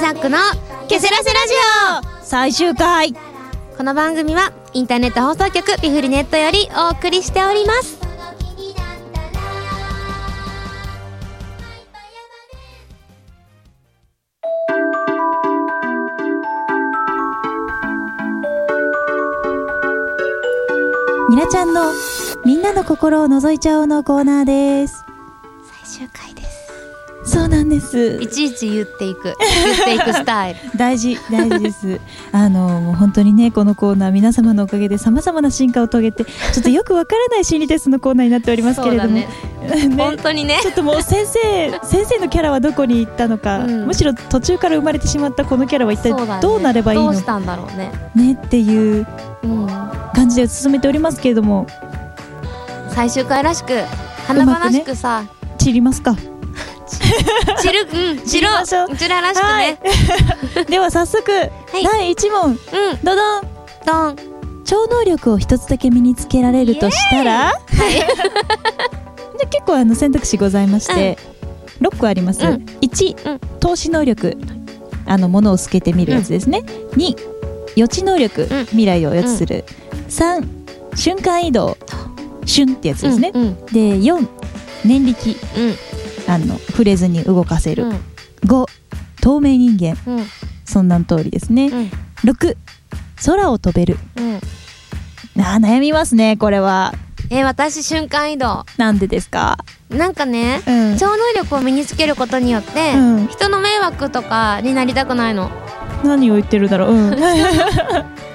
ラックのケセラセラジ最終回オこの番組はインターネット放送局ピフリネットよりお送りしておりますニラちゃんのみんなの心を覗いちゃおうのコーナーです最終回ですそうなんですいちいち言っていく言っていくスタイ ル大事大事です あのもう本当にねこのコーナー皆様のおかげでさまざまな進化を遂げてちょっとよくわからない心理テストのコーナーになっておりますけれども、そうね本当にねちょっともう先生 先生のキャラはどこに行ったのか、うんむしろ途中から生まれてしまったこのキャラは一体そうだねどうなればいいどのうしねたんだろうねっていううん感じで進めておりますけれども最終回らしく華々しくさ、散りますか散るうん散散りろましょうううちららしくね、では早速、い第1問うんどどんドン超能力を一つだけ身につけられるとしたら で結構あの選択肢ございまして、6個あります、うん1、うん投資能力あの物を透けて見るやつですね、2予知能力、ん未来を予知する、3瞬間移動瞬ってやつですね、うんうんで4念力うんあの触れずに動かせる、うん5透明人間うんそんなん通りですね、うん6空を飛べるうんあー悩みますねこれはえ私瞬間移動なんでですか、なんかね、うん超能力を身につけることによって、うん人の迷惑とかになりたくないの何を言ってるだろう、 うん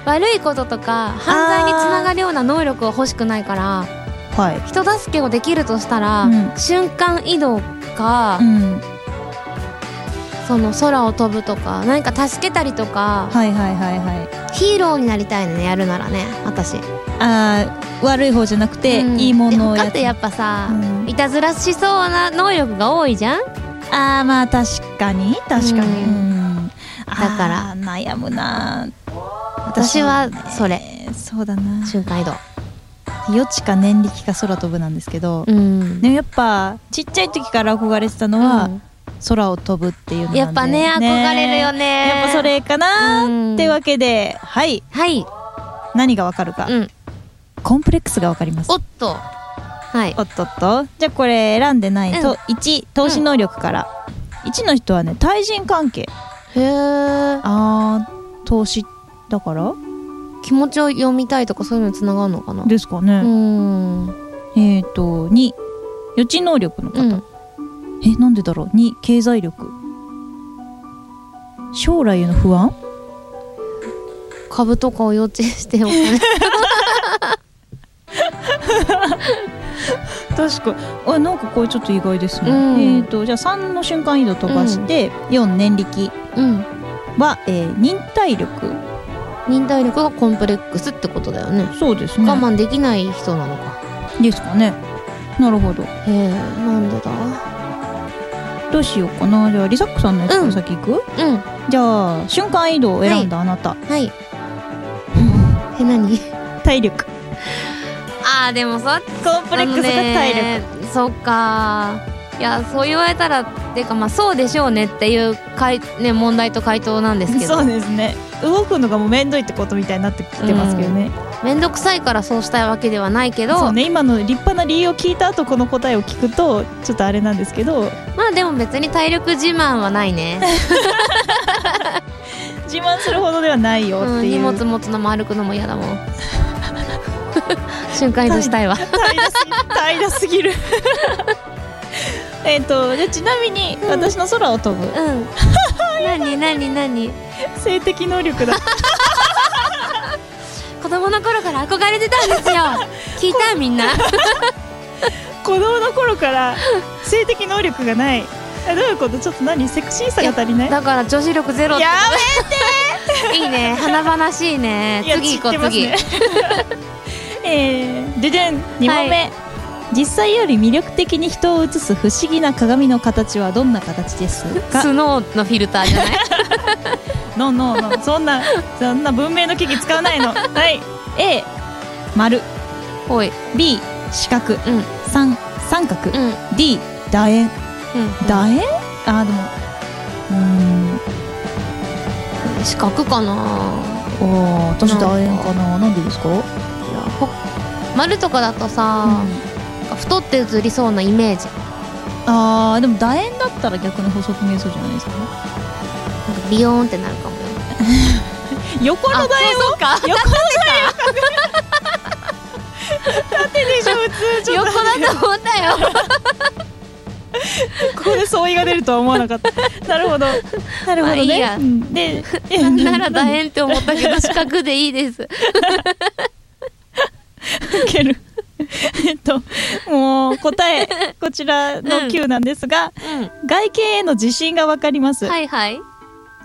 悪いこととか犯罪につながるような能力を欲しくないからはい人助けをできるとしたら、うん瞬間移動か、うん、その空を飛ぶとか何か助けたりとか、はいはいはいはいヒーローになりたいのねやるならね私あー悪い方じゃなくて、うんいいものをでや他ってやっぱさ、うんいたずらしそうな能力が多いじゃんあーまあ確かに確かに、ううんだから悩むな私はそれえーそうだな瞬間移動余地か念力か空飛ぶなんですけど、うんでもやっぱちっちゃい時から憧れてたのは、うん空を飛ぶっていうのなんでやっぱね憧れるよねやっぱそれかなうんーってわけで、はいはい何がわかるか、うんコンプレックスがわかりますおっとはいおっとっとじゃあこれ選んでないと、うん1投資能力から、1の人はね対人関係へえあー投資だから気持ちを読みたいとかそういうのにつながるのかなですかうーね、んえっ、と2予知能力の方、うんえなんでだろう2経済力将来への不安株とかを予知してお 金確かあなんかこれちょっと意外ですね、うんえっ、とじゃあ3の瞬間移動飛ばして、4念力うんは、えー忍耐力忍耐力がコンプレックスってことだよねそうですね我慢できない人なのかですかねなるほどへえなんでだどうしようかなじゃあリサックさんのやつから先行く、うんじゃあ瞬間移動を選んだあなた、はい え 何体力あーでもさコンプレックスが体力、あのねそっかいやそう言われたらてかまあそうでしょうねっていうかい、ね、問題と回答なんですけど そうですね動くのがもう面倒いってことみたいになってきてますけどね、面倒くさいからそうしたいわけではないけど、そうね今の立派な理由を聞いた後この答えを聞くとちょっとあれなんですけどまあでも別に体力自慢はないね、自慢するほどではないようっん、てい荷う、物持つのも歩くのも嫌だもん瞬間移動したいわ平らすぎ平らすぎるえっとじゃあちなみにん私の空を飛ぶ、うん 何何何性的能 力だ子供の頃から憧れてたんです よ聞いたみんな子供の頃から性的能力がないえどういうことちょっと何セクシーさが足りないだから女子力ゼロってやいいね華々しいねいや次行こ散う次、ってますべ えー、ででん2問目、実際より魅力的に人を映す不思議な鏡の形はどんな形ですか スノーのフィルターじゃないノーノーノーそんなそんな文明の機器使わない のはい A 丸おい B 四角うんうん三三角、うん D 楕円うん楕円あーでもうーんー四角かなああ私楕円かななんでですかいやほ丸とかだとさ、あ太って写りそうなイメージあーでも楕円だったら逆に細く見えそうじゃないですかなんかビヨーンってなるかもよ横の楕円そうか横の楕円縦でしょ普通ちょっ横とだと思ったよ ここで相違が出るとは思わなかった なるほどなるほまあいどいねやうんで なんなら楕円って思ったけど四角でいいですかける えっともう答えこちらの Q なんですが、う外見への自信がわかります、んはいはい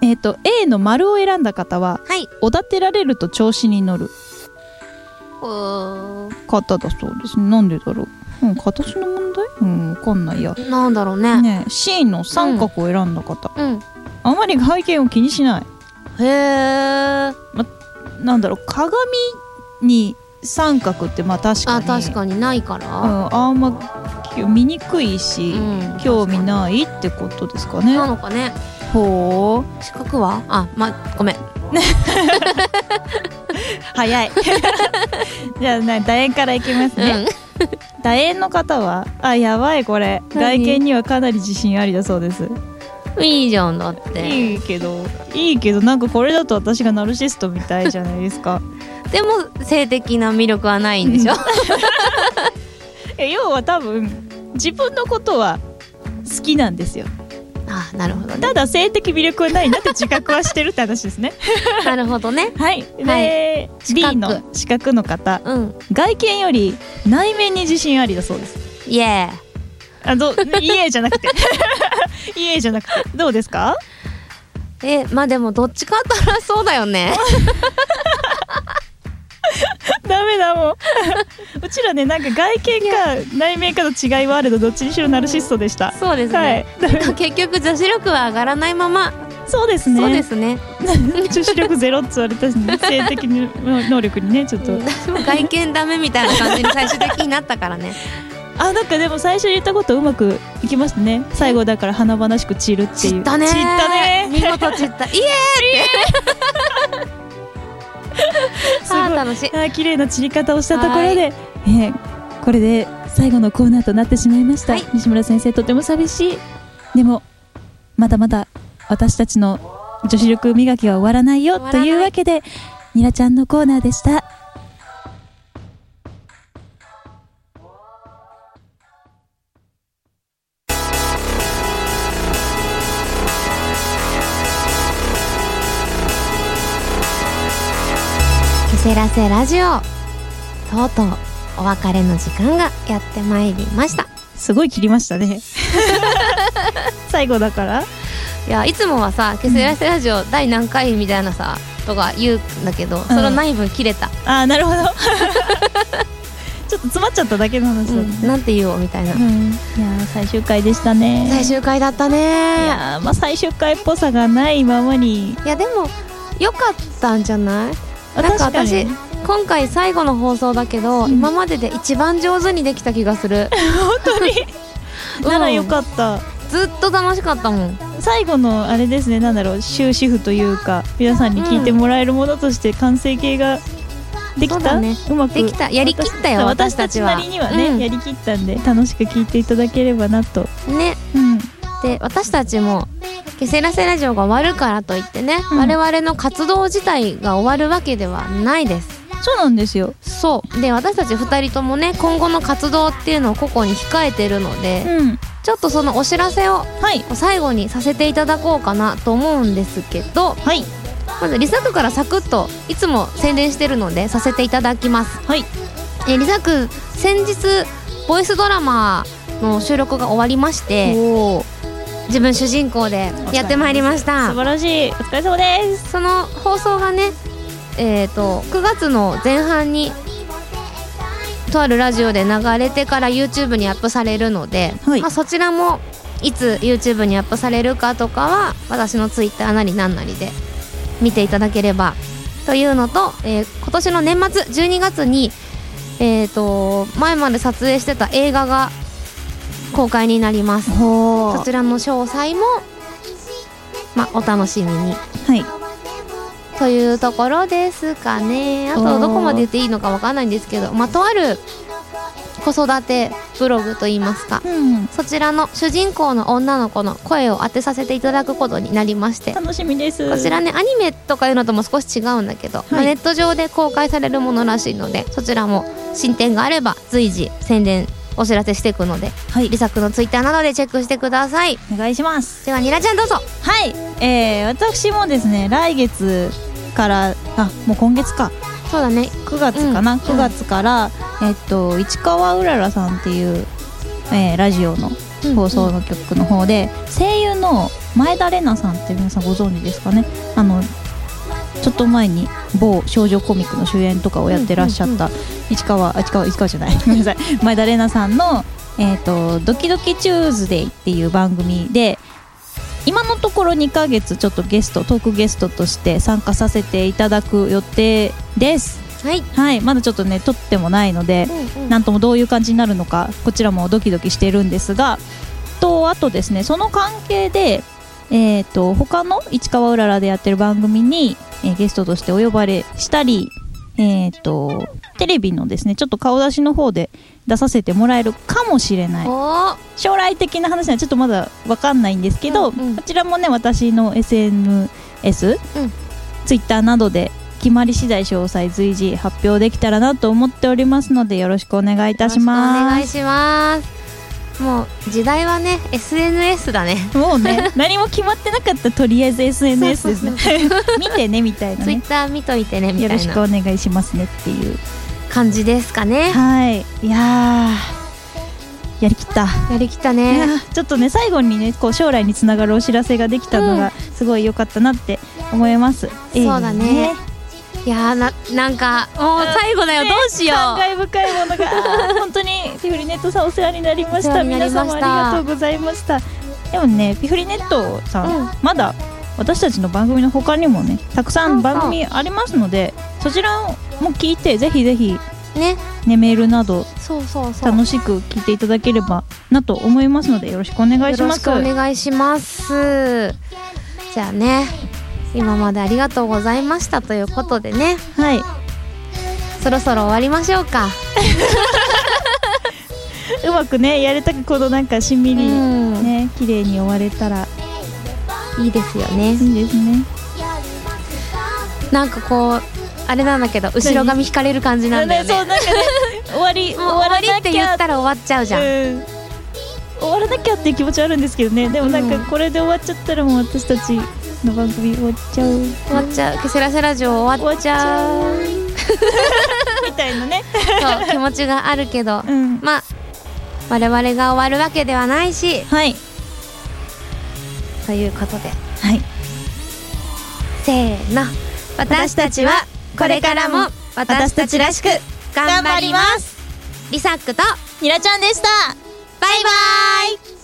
えっと A の丸を選んだ方ははいおだてられると調子に乗るお方だそうですなんでだろううん、形の問題うん、わかんないや。ーなんだろうねねえ C の三角を選んだ方、うんあまり外見を気にしない。へえなんだろう、鏡に三角ってまあ確かあに確かにないかうらん、あんまき見にくいし、うん興味ないってことですかなね。のかねほう四角はあまごめん早い じゃあな楕円からいきますね、楕円の方はあやばいこれ何外見にはかなり自信ありだそうですうんいいじゃんだっていいけどいいけどなんかこれだと私がナルシストみたいじゃないです かでも性的な魅力はないんでしょえ要は多分自分のことは好きなんですよあなるほどねただ性的魅力はないなって自覚はしてるって話ですね なるほどね はいで、角 B の四角の方うん外見より内面に自信ありだそうですイエあどイエーじゃな くてイエーじゃなくてどうですかーイえまあでもどっちかあったらそうだよねダメだもううちらねなんか外見か内面かの違いはあれどどっちにしろナルシストでした、 そうですはねい ダメ結局女子力は上がらないままそうですねそうですね女子力ゼロって言われたし、ね、性的に能力 にねちょっと私も外見ダメみたいな感じに最終的になったから ねあなんかでも最初に言ったことうまくいきましたね最後だから華々しく散るっていう散ったねー散ったね見事散 ったイエ ーイすごいあー楽しい あー綺麗な散り方をしたところで、えーこれで最後のコーナーとなってしまいました、はい西村先生とても寂しいでもまだまだ私たちの女子力磨きは終わらないよ終わとらないいうわけでニラちゃんのコーナーでしたケセラセラジオとうとうお別れの時間がやってまいりましたすごい切りました ね最後だからいやいつもはさ「ケセラセラジオ第何回」みたいなさとか言うんだけど、そのない分切れた、ああなるほど ちょっと詰まっちゃっただけの話だうっんたね、なんて言おうみたいな、うんいやー最終回でしたね最終回だったいねやーまあ最終回っぽさがないままにいやでもよかったんじゃないあなんか確に私今回最後の放送だけど、うん今までで一番上手にできた気がする 本当にならよかった、ずっと楽しかったもん最後のあれですねなんだろう終止符というか皆さんに聞いてもらえるものとして完成形ができそうだた、ねうまくできたやりきったよ私私たたちちなはりにはね、うんやりきったんで楽しく聞いていただければなと、ねうん、で私たちも「ケセラセラジオ」が終わるからといってね、うん我々の活動自体が終わるわけではないですそうなんですよ、そうで私たち2人ともね今後の活動っていうのを個々に控えてるので、うん、ちょっとそのお知らせをはい最後にさせていただこうかなと思うんですけどはいまずリサクからサクッといつも宣伝してるのでさせていただきますはいえリサク先日ボイスドラマの収録が終わりましておー自分主人公でやってまいりました素晴らしいお疲れ様ですその放送がね、えー、と9月の前半にとあるラジオで流れてから YouTube にアップされるので、はいまあ、そちらもいつ YouTube にアップされるかとかは私の Twitter なりなんなりで見ていただければというのと、えー今年の年末12月に、えー、と前まで撮影してた映画が公開になりますほそちらの詳細も、まあ、お楽しみにはいというところですかねあとどこまで言っていいのかわかんないんですけど、まあ、とある子育てブログといいますかうん、そちらの主人公の女の子の声を当てさせていただくことになりまして楽しみです。こちらねアニメとかいうのとも少し違うんだけど、まあネット上で公開されるものらしいのでそちらも進展があれば随時宣伝お知らせしていくのではいリ、サくんのツイッターなどでチェックしてくださいお願いします。ではニラちゃんどうぞはい、えー、私もですね、来月から、あ、もう今月か、そうだね9月かな、うん9月から、えっと、市川うららさんっていう、えーラジオのうん放送の局の方で、声優の前田玲奈さんって皆さんご存知ですかねあのちょっと前に某少女コミックの主演とかをやってらっしゃった市川、あ市川市川じゃない ごめんなさい前田玲奈さんの「えー、とドキドキチューズデイ」っていう番組で今のところ2ヶ月ちょっとゲストトークゲストとして参加させていただく予定ですはい、はいまだちょっとね撮ってもないので、なんともどういう感じになるのかこちらもドキドキしてるんですがとあとですねその関係で、えー、と他の市川うららでやってる番組に、えーゲストとしてお呼ばれしたり、えー、とテレビのですねちょっと顔出しの方で出させてもらえるかもしれないおー将来的な話はちょっとまだわかんないんですけど、うんうんこちらもね私の SNS、うんツイッターなどで決まり次第詳細随時発表できたらなと思っておりますのでよろしくお願いいたしよろしくお願まいすしますもう時代はね SNS だねもうね何も決まってなかったらとりあえず SNS ですね見てねみたいなツイッねター見といてねみよたろいしくなお願いしますねっていう感じですかねはいいやーやりきったやりきったいやねーちょっとね最後にねこう将来につながるお知らせができたのうがすごい良かったなって思います、えーそうだねいやーななんかもう最後だよどうしよ感う慨深いものがあー本当にピフリネットさんお世話になりましお世話たにな皆りました様ありがとうございましたでもねピフリネットさん、うんまだ私たちの番組の他にもねたくさそうんそう番組ありますのでそちらも聞いてぜひぜひねねメールなどそうそうそう楽しく聞いていただければなと思いますのでよろしくお願いしますよろしくお願いしますじゃあね今までありがとうございましたということでねはいそろそろ終わりましょうかうまくねやれたくこのなんかしんみりうんね綺麗に終われたらいいですよねいいですねなんかこうあれなんだけど後ろ髪引かれる感じなんだよねそうなんかね終わり終 もうわらな終きわゃりって言ったら終わっちゃうじゃん、うん終わらなきゃっていう気持ちはあるんですけどねでもなんうんかこれで終わっちゃったらもう私たちの番組終わっちゃう終わっちゃうケセラセラジオ終わっちゃう終わっちゃうみたい なねそう気持ちがあるけど、うんまあ我々が終わるわけではないしはいということではいせーの私たちはこれからも私たちらしく頑張りますすリサックとバイニラちゃんでしたバイ